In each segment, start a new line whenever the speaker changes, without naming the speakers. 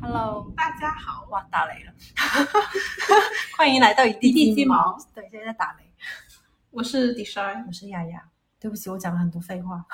Hello，
大家好，
哇，打雷 了，欢迎来到一地
一地鸡毛
毛。对，现在在打雷。
我是 Design。
我是雅雅，对不起，我讲了很多废 话。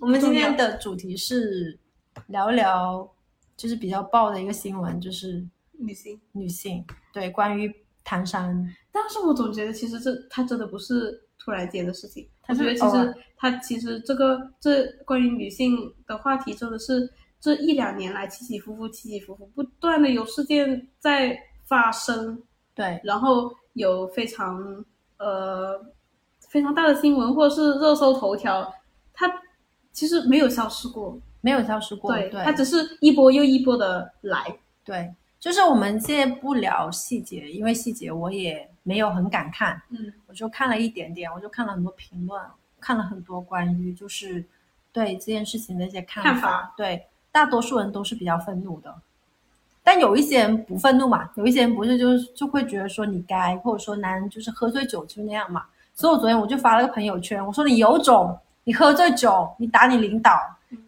我们今天的主题是聊一聊，就是比较爆的一个新闻，就是
女性，
女性对关于唐山，
但是我总觉得其实这它真的不是突然间的事情，
它
我觉
是
得其
偶
实
尔
它其实这个这关于女性的话题真的是这一两年来起起伏伏，起起伏伏，不断的有事件在发生，
对
然后有非常呃非常大的新闻或者是热搜头条，它其实没有消失过，
没有消失过，
对，
对
它只是一波又一波的来，
对，就是我们现在不聊细节，因为细节我也没有很敢看，
嗯，
我就看了一点点，我就看了很多评论，看了很多关于就是对这件事情的一些看法。
看法
对，大多数人都是比较愤怒的，但有一些人不愤怒嘛，有一些人不是就是就会觉得说你该，或者说男人就是喝醉酒就那样嘛。所以我昨天我就发了个朋友圈，我说你有种，你喝醉酒，你打你领导，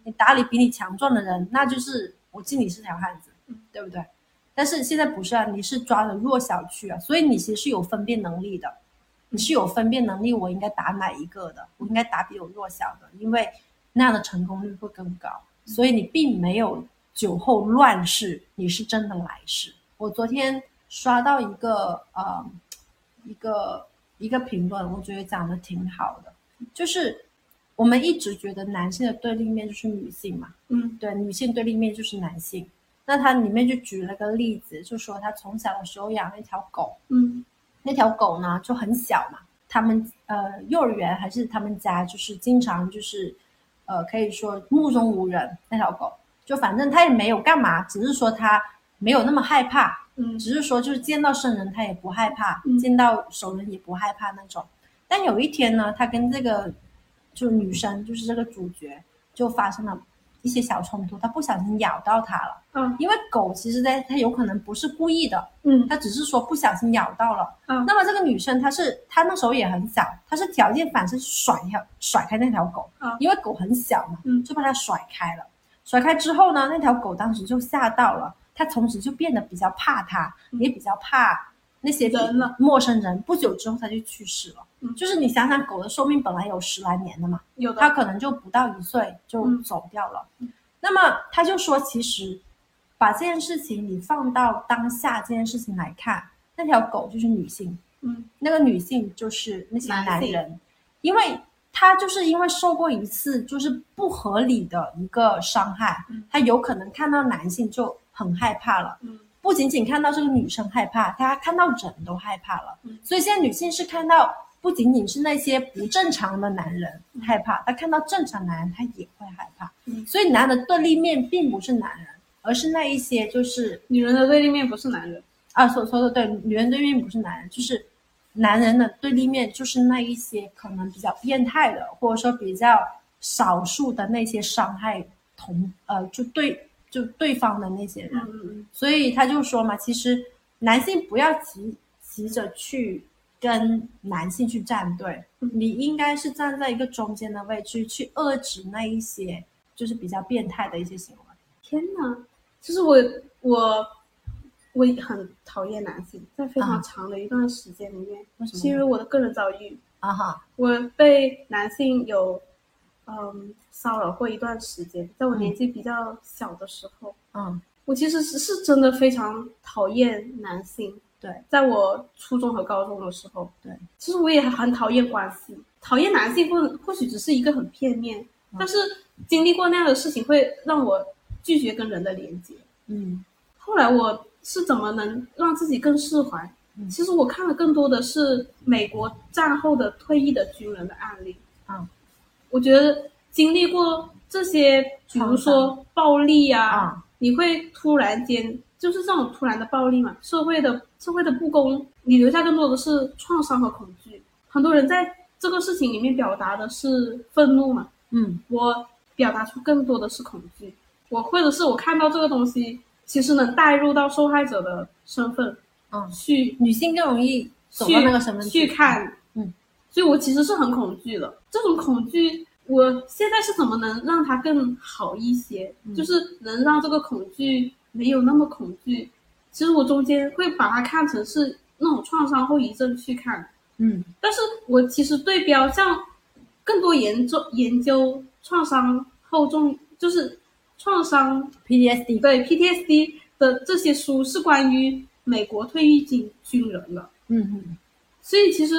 你打你比你强壮的人，那就是我敬你是条汉子
嗯，
对不对？但是现在不是啊，你是抓着弱小去啊，所以你其实是有分辨能力的，你是有分辨能力，我应该打哪一个的，我应该打比我弱小的，因为那样的成功率会更高。所以你并没有酒后乱世，你是真的来世。我昨天刷到一个呃一个一个评论，我觉得讲的挺好的，就是我们一直觉得男性的对立面就是女性嘛，
嗯
对，女性对立面就是男性。那他里面就举了个例子，就说他从小的时候养了一条狗，
嗯
那条狗呢就很小嘛，他们呃幼儿园还是他们家就是经常就是，呃可以说目中无人那条狗，就反正它也没有干嘛，只是说它没有那么害怕，
嗯
只是说就是见到生人他也不害怕，
嗯
见到熟人也不害怕那种。但有一天呢，他跟这个就女生，就是这个主角，就发生了一些小冲突，他不小心咬到她了。
嗯
因为狗其实在它有可能不是故意的，
嗯
它只是说不小心咬到了。
嗯
那么这个女生她是她那时候也很小，她是条件反射去甩掉甩开那条狗，
嗯
因为狗很小嘛，
嗯
就把它甩开了。甩开之后呢，那条狗当时就吓到了，它从此就变得比较怕它，
嗯
也比较怕那些
人了
陌生人。不久之后它就去世了。
嗯
就是你想想，狗的寿命本来有十来年的嘛，
有的
他可能就不到一岁就
嗯
走掉了。那么他就说，其实把这件事情你放到当下这件事情来看，那条狗就是女性，
嗯
那个女性就是那些
男
男
性
人，因为他就是因为受过一次就是不合理的一个伤害
嗯，
他有可能看到男性就很害怕了。
嗯
不仅仅看到这个女生害怕，她看到人都害怕了
嗯。
所以现在女性是看到不仅仅是那些不正常的男人害怕，她看到正常男人她也会害怕。
嗯
所以男的对立面并不是男人，而是那一些就是
女人的对立面不是男人。
啊，所说的对，女人对立面不是男人，就是男人的对立面就是那一些可能比较变态的，或者说比较少数的那些伤害同呃就对就对方的那些人。
嗯
所以他就说嘛，其实男性不要急急着去跟男性去站队，你应该是站在一个中间的位置去遏制那一些就是比较变态的一些行为。
天哪！其实我我我很讨厌男性，在非常
啊
长的一段时间里面，
为什么呢
是因为我的个人遭遇，
啊哈，
我被男性有嗯骚扰过一段时间，在我年纪比较小的时候，
嗯，
我其实是是真的非常讨厌男性。
对，
在我初中和高中的时候，
对，
其实我也很讨厌关系，讨厌男性或或许只是一个很片面，
嗯
但是经历过那样的事情，会让我拒绝跟人的连接。
嗯
后来我是怎么能让自己更释怀
嗯？
其实我看了更多的是美国战后的退役的军人的案例，
啊
我觉得经历过这些，比如
创
说暴力啊，
啊，
你会突然间就是这种突然的暴力嘛，社会的社会的不公，你留下更多的是创伤和恐惧。很多人在这个事情里面表达的是愤怒嘛，
嗯
我表达出更多的是恐惧，我或者是我看到这个东西，其实能带入到受害者的身份
嗯，
去
女性更容易走
去
到那个身份
去看，
嗯，
所以我其实是很恐惧的。这种恐惧，我现在是怎么能让它更好一些？
嗯
就是能让这个恐惧没有那么恐惧。其实我中间会把它看成是那种创伤后遗症去看，
嗯
但是我其实对标像更多研究研究创伤后重就是创伤
，PTSD，
对 PTSD 的这些书是关于美国退役军军人的，
嗯嗯
所以其实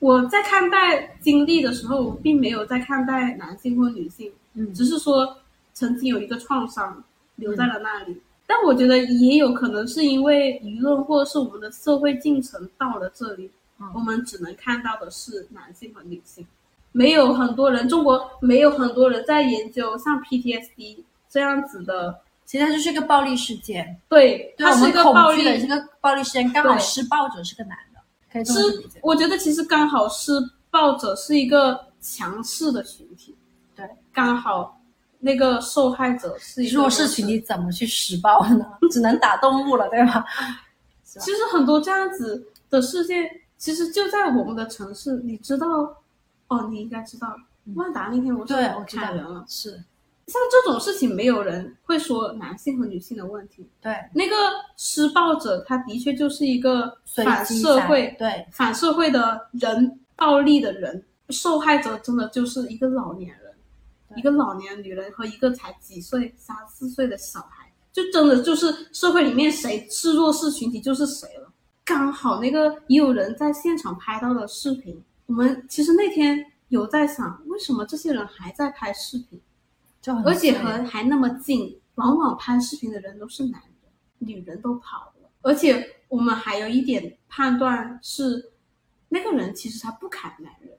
我在看待经历的时候，我并没有在看待男性或女性，
嗯，
只是说曾经有一个创伤留在了那
嗯
里。但我觉得也有可能是因为舆论或者是我们的社会进程到了这里，
嗯
我们只能看到的是男性和女性，没有很多人，中国没有很多人在研究像 PTSD 这样子的，
其实它就是一个暴力事件，
对，
对
它
我
是一
们
个暴
恐惧
力
的一个暴力事件，刚好
对
施暴者是个男的，可以这么理
是
解，，
我觉得其实刚好施暴者是一个强势的群体，
对，
刚好那个受害者是一个
弱势群体怎么去施暴 呢？只能打动物了，对吧？
其实很多这样子的事件，其实就在我们的城市。你知道，哦，你应该知道，万达那天我
嗯对，我知道
砍人了。
是，
像这种事情，没有人会说男性和女性的问题。
对，
那个施暴者，他的确就是一个
随
反
机
社
在
会、
对，
反社会的人，暴力的人。受害者真的就是一个老年人，
对
一个老年女人和一个才几岁、三四岁的小孩，就真的就是社会里面谁是弱势群体就是谁了。刚好那个也有人在现场拍到了视频，我们其实那天有在想，为什么这些人还在拍视频，
就很
而且
碎
和还那么近。往往拍视频的人都是男人，女人都跑了。而且我们还有一点判断是，那个人其实他不砍男人。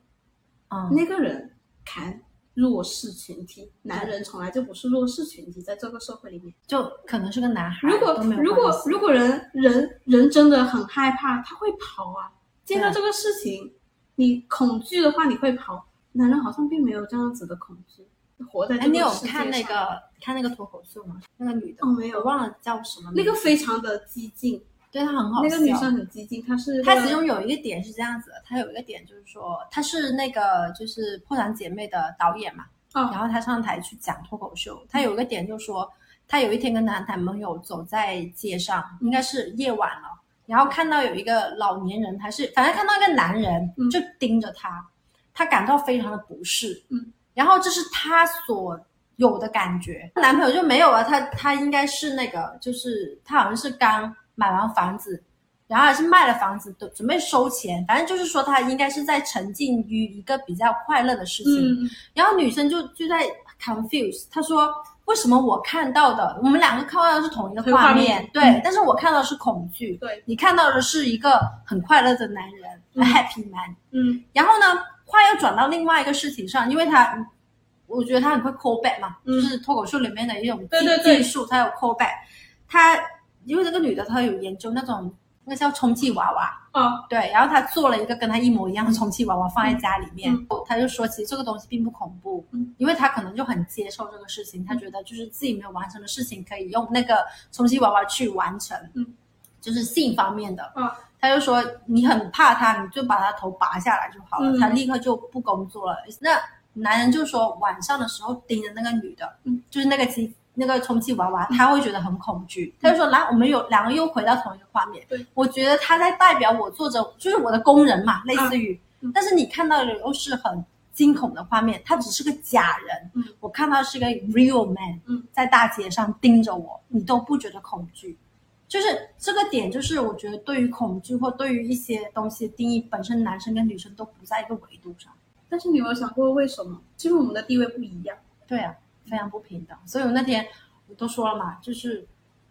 嗯
那个人砍弱势群体，男人从来就不是弱势群体，在这个社会里面，
就可能是个男孩，
如果
都没有
如果
关系
如果人人人真的很害怕，他会跑啊。见到
对
这个事情，你恐惧的话，你会跑。男人好像并没有这样子的恐惧，活在
哎，
这
你
个
有
世界上。
看那个看那个脱口秀吗？那个女的
哦，，没
我
有，
忘了叫什么名
那
字，
个非常的激进，
对她很好
那个女
笑
生很激进，她是哦
它
个
其中有一个点是这样子的，它有一个点就是说，她是那个就是《破产姐妹》的导演嘛，然
哦，
后她上台去讲脱口秀，她有一个点就是说，她有一天跟男男朋友走在街上，应该是夜晚了，然后看到有一个老年人，还是反正看到一个男人
嗯
就盯着她，她感到非常的不适，
嗯，
然后这是她所有的感觉，男朋友就没有了，她她应该是那个就是她好像是刚买完房子。然后还是卖了房子，准准备收钱，反正就是说她应该是在沉浸于一个比较快乐的事情，
嗯，
然后女生就就在 confuse，她说为什么我看到的，我们两个看到的是同一个
同一个
画
画面
面，对，
嗯
但是我看到的是恐惧，
对，
你看到的是一个很快乐的男人、
嗯
h a p p y man。
嗯
然后呢，话又转到另外一个事情上，因为他，我觉得他很会 call back 嘛，
嗯
就是脱口秀里面的一种技
对对对
技术，他有 call back。他因为这个女的，她有研究那种那个叫充气娃娃，
哦，
对，然后他做了一个跟他一模一样的充气娃娃放在家里面，他就说其实这个东西并不恐怖，
嗯
因为他可能就很接受这个事情，他觉得就是自己没有完成的事情可以用那个充气娃娃去完成，
嗯，
就是性方面的，
哦
他就说你很怕他，你就把他头拔下来就好了，
嗯
他立刻就不工作了。那男人就说晚上的时候盯着那个女的，
嗯
就是那个机那个充气娃娃，他会觉得很恐惧。他就说来，我们有两个又回到同一个画面。
嗯对，
我觉得他在代表我做着就是我的工人嘛，类似于，
嗯
但是你看到的又是很惊恐的画面，他只是个假人，
嗯
我看到是个 real man，
嗯
在大街上盯着我，你都不觉得恐惧。就是这个点，就是我觉得对于恐惧或对于一些东西的定义，本身男生跟女生都不在一个维度上。
但是你有没有想过为什么？就是我们的地位不一样。
对啊，非常不平等。所以我那天我都说了嘛，就是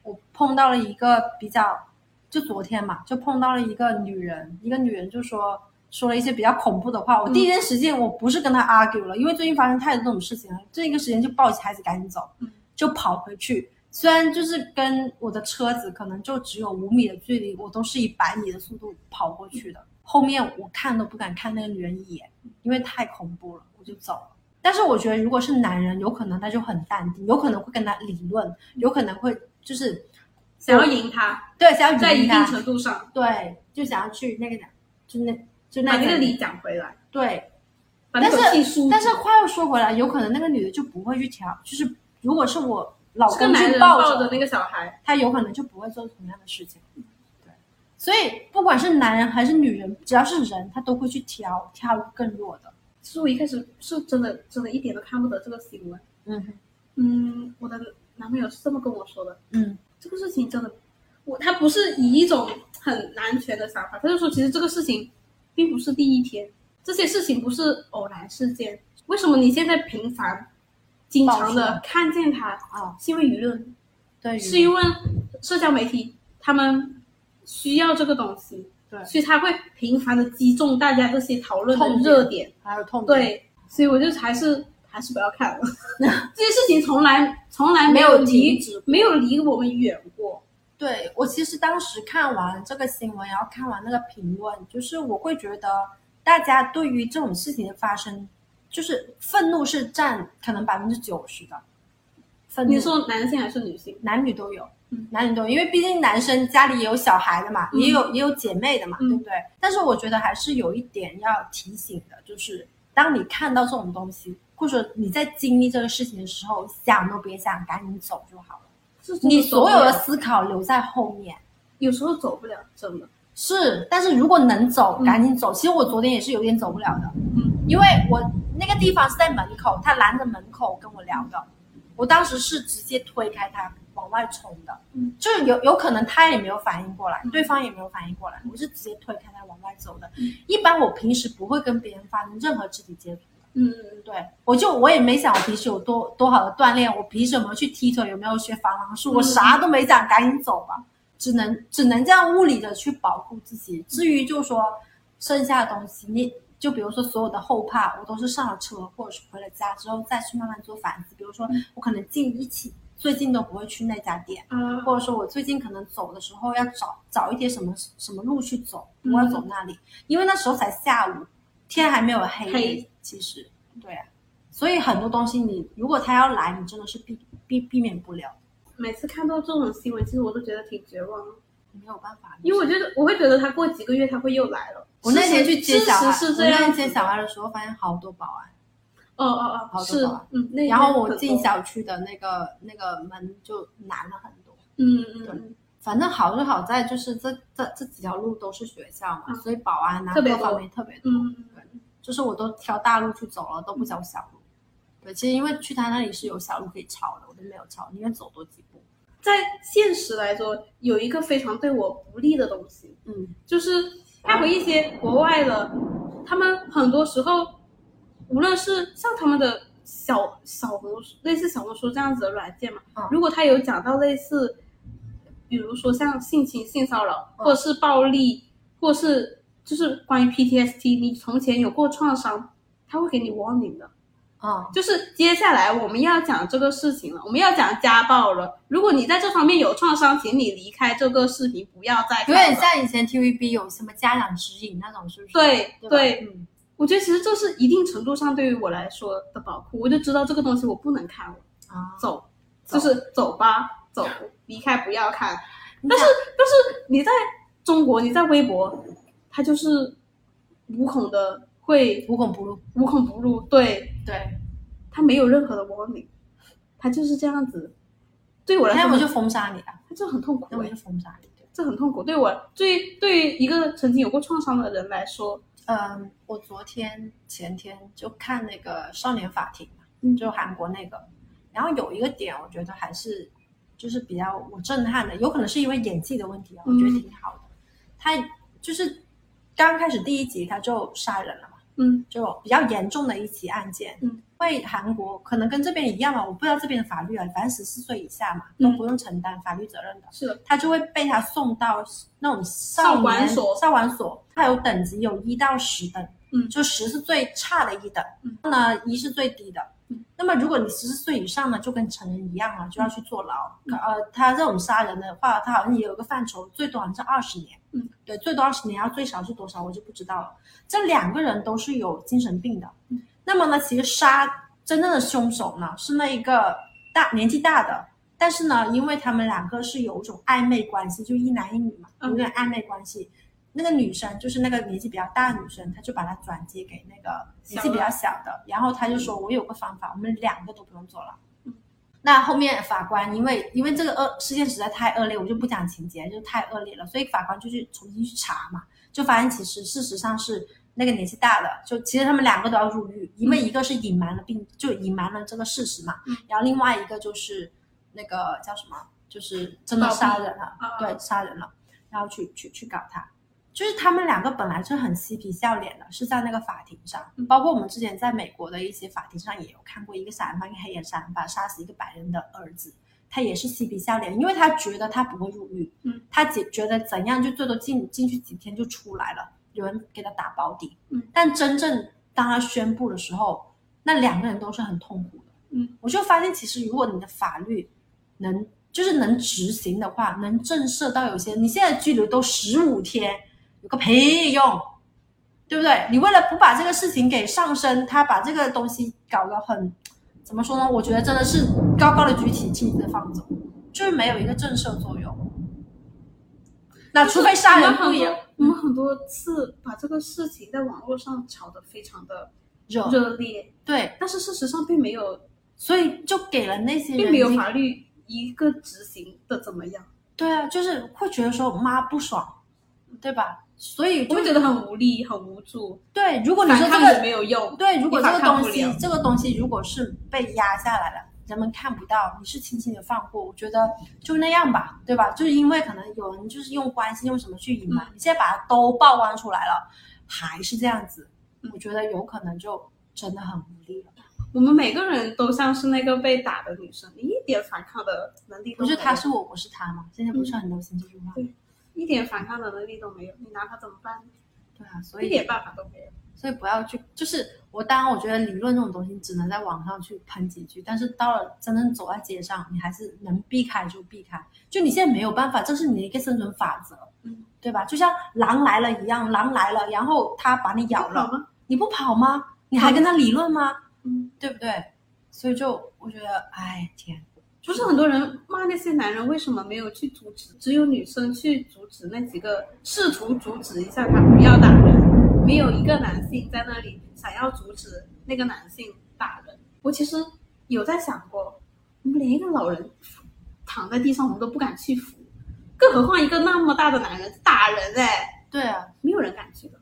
我碰到了一个比较，就昨天嘛，就碰到了一个女人，一个女人就说说了一些比较恐怖的话。我第一件时间我不是跟她 argue 了，因为最近发生太多这种事情了，这一个时间就抱起孩子赶紧走
嗯，
就跑回去。虽然就是跟我的车子可能就只有五米的距离，我都是以百米的速度跑过去的。后面我看都不敢看那个女人一眼，因为太恐怖了，我就走了。但是我觉得，如果是男人，有可能他就很淡定，有可能会跟他理论，有可能会就是
想要赢他，
对想要
在一
赢
定
他，
程度上
对，就想要去那个讲，就那就
把
那
那个理讲回来，
对。
把那口
但
气输出。
但是话又说回来，有可能那个女的就不会去调，就是如果是我老
是个
公
男
去
人
抱
抱
着
着那个小孩，
他有可能就不会做同样的事情。对，所以不管是男人还是女人，只要是人，他都会去挑挑更弱的。
其实我一开始是真的真的一点都看不得这个新闻。
嗯
嗯，我的男朋友是这么跟我说的，
嗯
这个事情真的，我他不是以一种很男权的想法，他就说其实这个事情并不是第一天，这些事情不是偶然事件。为什么你现在频繁、经常
爆出
的
来
看见他，
啊，
是因为舆论，
对于，
是因为社交媒体他们需要这个东西，
对
所以他会频繁的击中大家这些讨论
痛
的
点
热点。
还有痛点，
对，所以我就还是还是不要看了。 这些事情从来从来
没有
有离
停止
没有离我们远过。
对我其实当时看完这个新闻，然后看完那个评论，就是我会觉得大家对于这种事情的发生，就是愤怒是占可能百分之九十的，愤怒
呃你说男性还是女性？
男女都有
嗯，
男女都有，因为毕竟男生家里也有小孩的嘛，
嗯
也有也有姐妹的嘛，
嗯
对不对？但是我觉得还是有一点要提醒的，就是当你看到这种东西，或者你在经历这个事情的时候，想都别想，赶紧走就好了。
是真的
你
走不
所有的
了
思考留在后面。
有时候走不了，真的。
是，但是如果能走，
嗯
赶紧走。其实我昨天也是有点走不了的，
嗯，
因为我那个地方是在门口，他拦着门口跟我聊的，我当时是直接推开他往外冲的，
嗯
就是有有可能他也没有反应过来，
嗯
对方也没有反应过来，我是直接推开他往外走的。
嗯
一般我平时不会跟别人发生任何肢体接触的，
嗯嗯
对我就我也没想我平时有多多好的锻炼，我平时有没有去踢腿，有没有学防狼术，我
嗯
啥都没讲，赶紧走吧，只能只能这样物理的去保护自己。至于就说剩下的东西，你就比如说所有的后怕，我都是上了车或者是回了家之后再去慢慢做反思。比如说我可能近一起最近都不会去那家店。
嗯啊，
或者说我最近可能走的时候要找找一点什么什么路去走，
嗯
我要走那里，因为那时候才下午，天还没有黑。
黑
其实，对啊，所以很多东西你如果他要来，你真的是避避避免不了，
每次看到这种新闻，其实我都觉得挺绝望的，
没有办法。
因为我觉得我会觉得他过几个月他会又来了。
我那天
事实
去接
事
小孩，
实是
我
这样子
那
的。
天接小孩的时候发现好多保安，
哦哦
好
哦，
多
是
保安，
嗯，那
然后我
很
进
多，
小区的那个那个门就难了很多。
嗯嗯
对
嗯，
反正好就好在就是这这这几条路都是学校嘛，
嗯
所以保安啊
特
各
别
方
多
面特别多。
嗯嗯嗯
就是我都挑大路去走了，都不走小路。对，其实因为去他那里是有小路可以抄的，我都没有抄，宁愿走多几步。
在现实来说，有一个非常对我不利的东西，
嗯
就是看回一些国外的，他们很多时候，无论是像他们的小小红书类似小红书这样子的软件嘛，
嗯
如果他有讲到类似，比如说像性侵、性骚扰，
嗯
或者是暴力，或是就是关于 PTSD，你从前有过创伤，他会给你 warning 的。
啊
就是接下来我们要讲这个事情了，我们要讲家暴了。如果你在这方面有创伤，请你离开这个视频，不要再看
有
了
点像以前 TVB 有什么家长指引那种，是不是？
对
对吧
对，
嗯
我觉得其实这是一定程度上对于我来说的保护，我就知道这个东西我不能看了，
啊。
走，
走
就是走吧， 走，离开不要看。
你
但是
想
但是你在中国，你在微博，它就是无孔的会
无孔不入，
无孔不入，对，
对，
它没有任何的 warning，它就是这样子。对我来
那
说
我，就封杀你啊，
它就很痛苦、
那我
哎
就封杀你。对
这很痛苦。对我，对于对于一个曾经有过创伤的人来说，
嗯，我昨天前天就看那个《少年法庭》嘛，
嗯
就韩国那个，然后有一个点我觉得还是就是比较我震撼的，有可能是因为演技的问题啊，我觉得
嗯
挺好的。他就是刚开始第一集他就杀人了嘛，
嗯
就比较严重的一起案件。
嗯，
因为韩国可能跟这边一样嘛，我不知道这边的法律啊，反正十四岁以下嘛都
嗯
不用承担法律责任的。
是的，
他就会被他送到那种少
少管
年
所
少管所，它有等级，有一到十等，
嗯
就十是最差的一等，
嗯
那一是最低的。
嗯
那么如果你十四岁以上呢，就跟成人一样了，啊就要去坐牢。
嗯
呃，他这种杀人的话，他好像也有一个范畴，最多好像是二十年。
嗯，
对，最多二十年，然后最少是多少我就不知道了。这两个人都是有精神病的。
嗯
那么呢，其实杀真正的凶手呢，是那一个大年纪大的，但是呢，因为他们两个是有一种暧昧关系，就一男一女嘛，
嗯
有点暧昧关系。那个女生就是那个年纪比较大的女生，她就把她转接给那个年纪比较小的，然后她就说：“我有个方法，我们两个都不用坐牢。
嗯”
那后面法官因为因为这个恶事件实在太恶劣，我就不讲情节，就太恶劣了，所以法官就去重新去查嘛，就发现其实事实上是那个年纪大的，就其实他们两个都要入狱，因为一个是隐瞒了病，就隐瞒了这个事实嘛，
嗯
然后另外一个就是那个叫什么，就是真的
暴力
杀人了，
啊
对，杀人了，然后去去去搞他。就是他们两个本来就很嬉皮笑脸的，是在那个法庭上，
嗯
包括我们之前在美国的一些法庭上也有看过一个杀人犯，一个黑人杀人犯杀死一个白人的儿子，他也是嬉皮笑脸，因为他觉得他不会入狱，
嗯，
他觉觉得怎样就最多进进去几天就出来了，有人给他打保底，
嗯，
但真正当他宣布的时候，那两个人都是很痛苦的，
嗯，
我就发现其实如果你的法律能就是能执行的话，能震慑到有些，你现在拘留都十五天，有个屁用，对不对？你为了不把这个事情给上升，他把这个东西搞得很，怎么说呢？我觉得真的是高高的举起，妻子放走，就是没有一个震慑作用。那除非杀人不一样，
我们很多我们很多次把这个事情在网络上炒得非常的
热
热烈，
对，
但是事实上并没有，
所以就给了那些人
并没有
一个
法律一个执行的怎么样，
对啊，就是会觉得说妈不爽，对吧？所以
我
就
会觉得很无力、很无助，
对，如果你
反
说这
抗
个
也没有用。
对，如果
你
这
反
个
抗
东
不
西
了，
这个东西如果是被压下来了，人们看不到，你是轻轻的放过，我觉得就那样吧，对吧？就是因为可能有人就是用关系用什么去隐
嗯
瞒，你现在把它都曝光出来了，还是这样子，我觉得有可能就真的很无力了。
我们每个人都像是那个被打的女生，你一点反抗的能力
不
都没
是
有，
他是我，我是他嘛，现在不是很流行这句话，
对一点反抗的能力都没有，你拿他怎么办？
对啊，所
一
以
点办法都没有。
所以不要去，就是我当然我觉得理论这种东西只能在网上去喷几句，但是到了真正走在街上，你还是能避开就避开，就你现在没有办法，这是你的一个生存法则，
嗯，
对吧？就像狼来了一样，狼来了，然后它把你咬
好
了，
吗？
你不跑吗？你还跟它理论吗？
嗯，
对不对？所以就我觉得，哎天，
就是很多人骂那些男人为什么没有去阻止，只有女生去阻止那几个，试图阻止一下他不要打人，没有一个男性在那里想要阻止那个男性打人。我其实有在想过，我们连一个老人躺在地上我们都不敢去扶，更何况一个那么大的男人打人哎，
对啊，
没有人敢去的。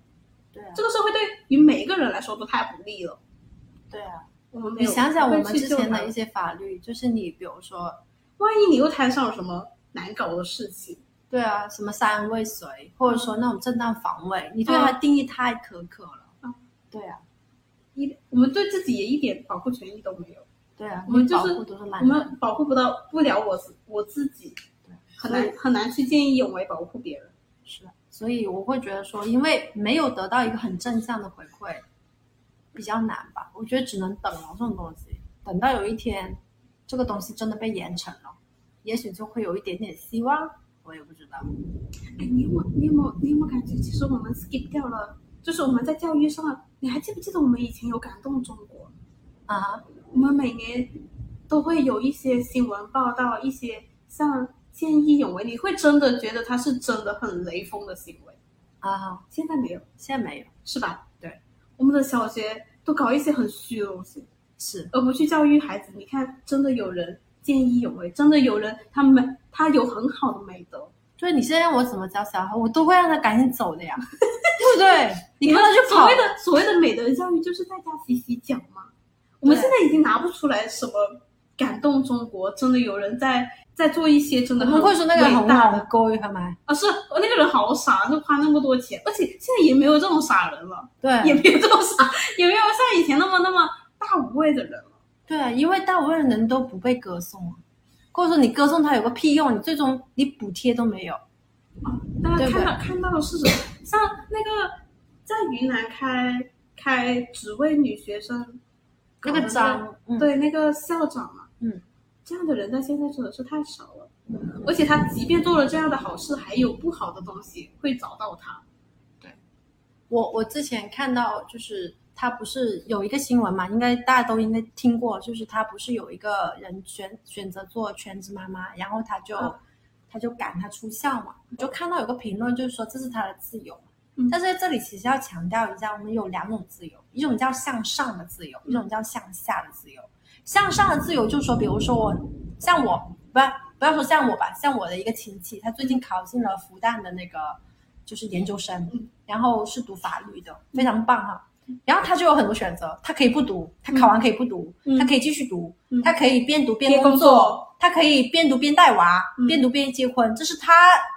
对啊，
这个社会对于每一个人来说都太不利了。
对啊，
我们没
你
有
想想我们
不会去
之
救
前
他
的一些法律，就是你比如说
万一你又摊上了什么难搞的事情，
对啊，什么杀人未遂，或者说那种正当防卫，你对它定义太苛刻了。
嗯
对啊，
一我们对自己也一点保护权益都没有，
对啊，
我们
你
就
保
是
护都是
我
烂人。
们保护不到不了我自我自己，很
所
难很难去见义勇为保护别人。
是，所以我会觉得说，因为没有得到一个很正向的回馈，比较难吧。我觉得只能等了这种东西，等到有一天这个东西真的被严惩了，也许就会有一点点希望。我也不知道，
哎，你有没有你有没有你有没有感觉，其实我们 skip 掉了，就是我们在教育上，你还记不记得我们以前有感动中国？
啊哈，
我们每年都会有一些新闻报道，一些像见义勇为，你会真的觉得他是真的很雷锋的行为，
啊哈，
现在没有，
现在没有，
是吧？
对，
我们的小学都搞一些很虚的东西。
是
而不去教育孩子。你看，真的有人见义勇为，真的有人他们他有很好的美德，
就是你现在让我怎么教小孩，我都会让他赶紧走的呀， 对不对？你看他就
所
跑
谓，的所谓的美德教育，就是在家洗洗脚嘛。我们
对
现在已经拿不出来什么感动中国，真的有人在在做一些真的
我
很
们会说那个人
伟
很
大
好
的
勾一下吗？
啊，是哦那个人好傻，就花那么多钱，而且现在也没有这种傻人了，
对，
也没有这种傻，也没有像以前那么那么大无畏的人了。
对，啊因为大部分人都不被歌颂啊，或者说你歌颂他有个屁用，你最终你补贴都没有。
大家
对
看
吧
到看到的是什么？像那个在云南开开只为女学生搞
那
的
个章，嗯，
对那个校长嘛，
嗯，
这样的人在现在真的是太少了。而且他即便做了这样的好事，还有不好的东西会找到他。
我我之前看到就是他不是有一个新闻嘛，应该大家都应该听过，就是他不是有一个人选选择做全职妈妈，然后他就、
嗯
他就赶他出校嘛，就看到有个评论就是说这是他的自由。
嗯
但是在这里其实要强调一下，我们有两种自由，一种叫向上的自由，一种叫向下的自由。向上的自由就是说，比如说我，像我不要不要说像我吧，像我的一个亲戚，他最近考进了复旦的那个就是研究生
嗯，
然后是读法律的，非常棒哈。然后他就有很多选择，他可以不读，他考完可以不读，
嗯
他可以继续读，
嗯
他可以边读边
边
工
工作
他可以边读边带娃，
嗯
边读边结婚，这是他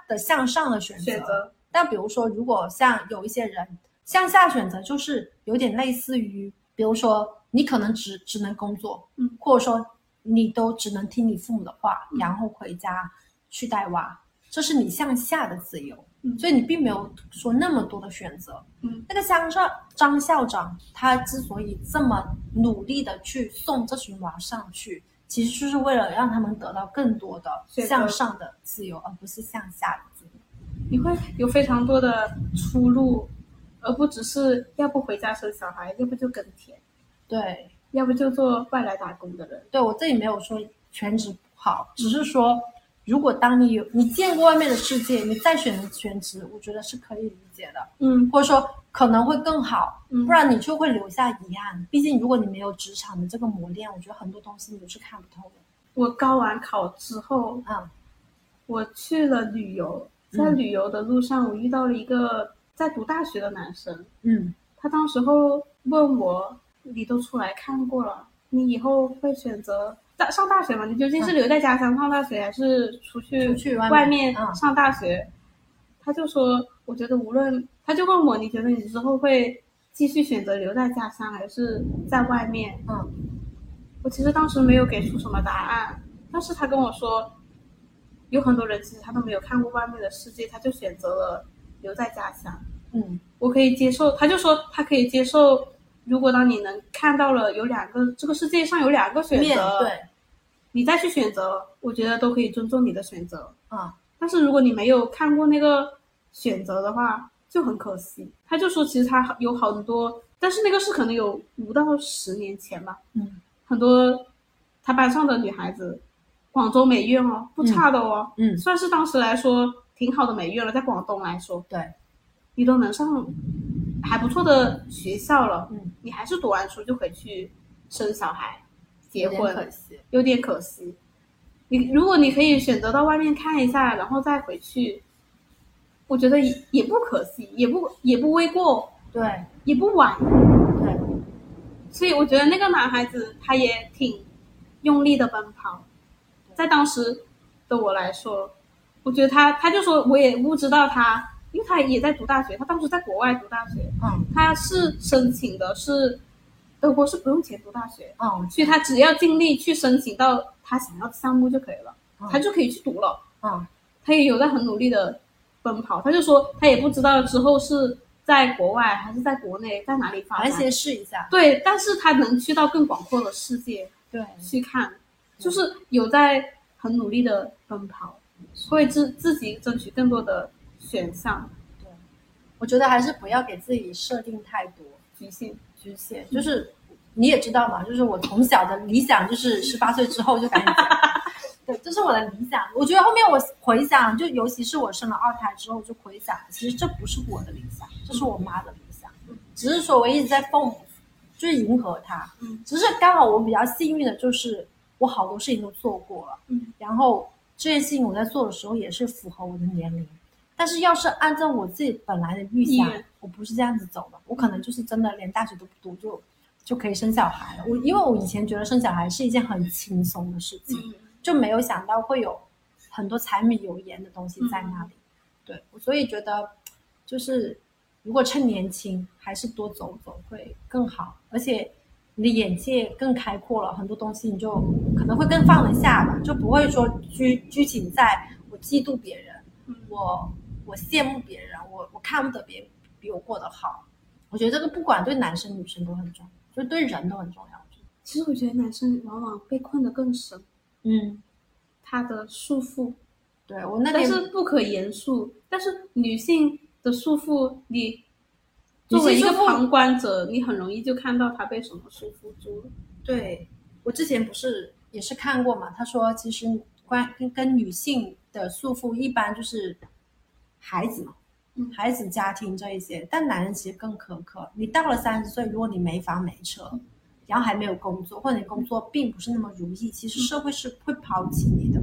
的向上的选择。
选择，
但比如说，如果像有一些人向下选择，就是有点类似于，比如说你可能只只能工作，
嗯，
或者说你都只能听你父母的话，
嗯
然后回家去带娃，这是你向下的自由，
嗯
所以你并没有说那么多的选择。
嗯，
那个乡上张校长他之所以这么努力的去送这群娃上去。其实就是为了让他们得到更多的
选择
向上的自由，而不是向下的自由。
你会有非常多的出路，而不只是要不回家生小孩，要不就耕田，
对，
要不就做外来打工的人。
对我这里没有说全职不好，只是说，如果当你有你见过外面的世界，你再选择全职，我觉得是可以理解的，
嗯
或者说可能会更好，
嗯
不然你就会留下遗憾。毕竟如果你没有职场的这个磨练，我觉得很多东西你都是看不透的。
我高完考之后，
啊、
我去了旅游，
嗯
在旅游的路上，我遇到了一个在读大学的男生，
嗯，
他当时候问我，你都出来看过了，你以后会选择大上大学吗？你究竟是留在家乡上大学，还是出去
嗯出去外面
外面
嗯
上大学？他就说，我觉得无论，他就问我，你觉得你之后会继续选择留在家乡，还是在外面？
嗯，
我其实当时没有给出什么答案，但是他跟我说，有很多人其实他都没有看过外面的世界，他就选择了留在家乡。
嗯，
我可以接受，他就说他可以接受。如果当你能看到了有两个这个世界上有两个选
面
择，
对，
你再去选择，我觉得都可以尊重你的选择。
啊、
但是如果你没有看过那个选择的话，就很可惜。他就说其实他有很多，但是那个是可能有五到十年前吧，
嗯
很多他班上的女孩子，广州美院哦，不差的哦，
嗯，
算是当时来说挺好的美院了，在广东来说，
对，
你都能上还不错的学校了，
嗯，
你还是读完书就回去生小孩、结
有点
婚，
可惜，
有点可惜。你如果你可以选择到外面看一下，然后再回去，我觉得也也不可惜，也不也不为过，
对
也不晚。
对，
所以我觉得那个男孩子他也挺用力的奔跑，在当时的我来说，我觉得他他就说我也不知道他，因为他也在读大学，他当时在国外读大学，
嗯
他是申请的是德国是不用钱读大学，
嗯
所以他只要尽力去申请到他想要的项目就可以了，
嗯
他就可以去读了。
嗯
他也有在很努力的奔跑，他就说他也不知道之后是在国外还是在国内，在哪里发
反正
展。
先试一下，
对，但是他能去到更广阔的世界
对，
去看，就是有在很努力的奔跑，为自自己争取更多的选项
我觉得还是不要给自己设定太多，
局限。
局限，就是你也知道嘛，就是我从小的理想就是十八岁之后就赶紧结婚， 对，这是我的理想。我觉得后面我回想，就尤其是我生了二胎之后，就回想，其实这不是我的理想，这是我妈的理想
嗯，
只是说我一直在奉，就是迎合她
嗯，
只是刚好我比较幸运的就是我好多事情都做过了，
嗯，
然后这件事情我在做的时候也是符合我的年龄。但是要是按照我自己本来的预
意
想
愿，
我不是这样子走的，我可能就是真的连大学都不读就就可以生小孩了。我因为我以前觉得生小孩是一件很轻松的事情，
嗯，
就没有想到会有很多柴米油盐的东西在那里。
嗯
对，我所以觉得就是如果趁年轻，还是多走走会更好，而且你的眼界更开阔了，很多东西你就可能会更放得下吧，就不会说拘拘谨在我嫉妒别人，
嗯
我我羡慕别人，我我看不得别人比我过得好。我觉得这个不管对男生女生都很重要，就是对人都很重要。我觉得
其实我觉得男生往往被困得更深，
嗯，
他的束缚
对我那
但
天
是不可言述。但是女性的束缚，你
女性
作为一个
束缚
旁观者，你很容易就看到她被什么束缚住了。
对我之前不是也是看过嘛，他说其实关跟跟女性的束缚一般就是孩子嘛，
嗯
孩子家庭这一些，但男人其实更苛刻。你到了三十岁，如果你没房没车，然后还没有工作，或者你工作并不是那么如意，其实社会是会抛弃你的，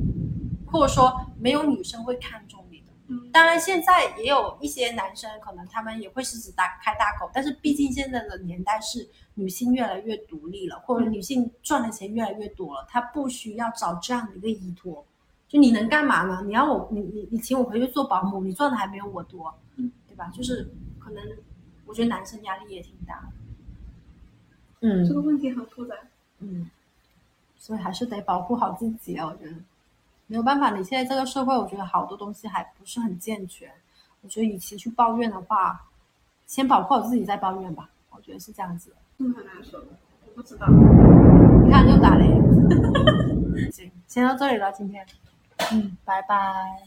或者说没有女生会看重你的。
嗯
当然，现在也有一些男生可能他们也会狮子大开大口，但是毕竟现在的年代是女性越来越独立了，或者女性赚的钱越来越多了，她不需要找这样的一个依托。就你能干嘛呢？你让我你你你请我回去做保姆，你赚的还没有我多
嗯，
对吧？就是可能我觉得男生压力也挺大的。
这
嗯
个问题很复杂。
嗯，所以还是得保护好自己啊，我觉得没有办法。你现在这个社会，我觉得好多东西还不是很健全。我觉得与其去抱怨的话，先保护好自己再抱怨吧。我觉得是这样子的。
这个很难说，我不知道。
你看又 打雷了。行，先到这里了，今天。嗯，拜拜。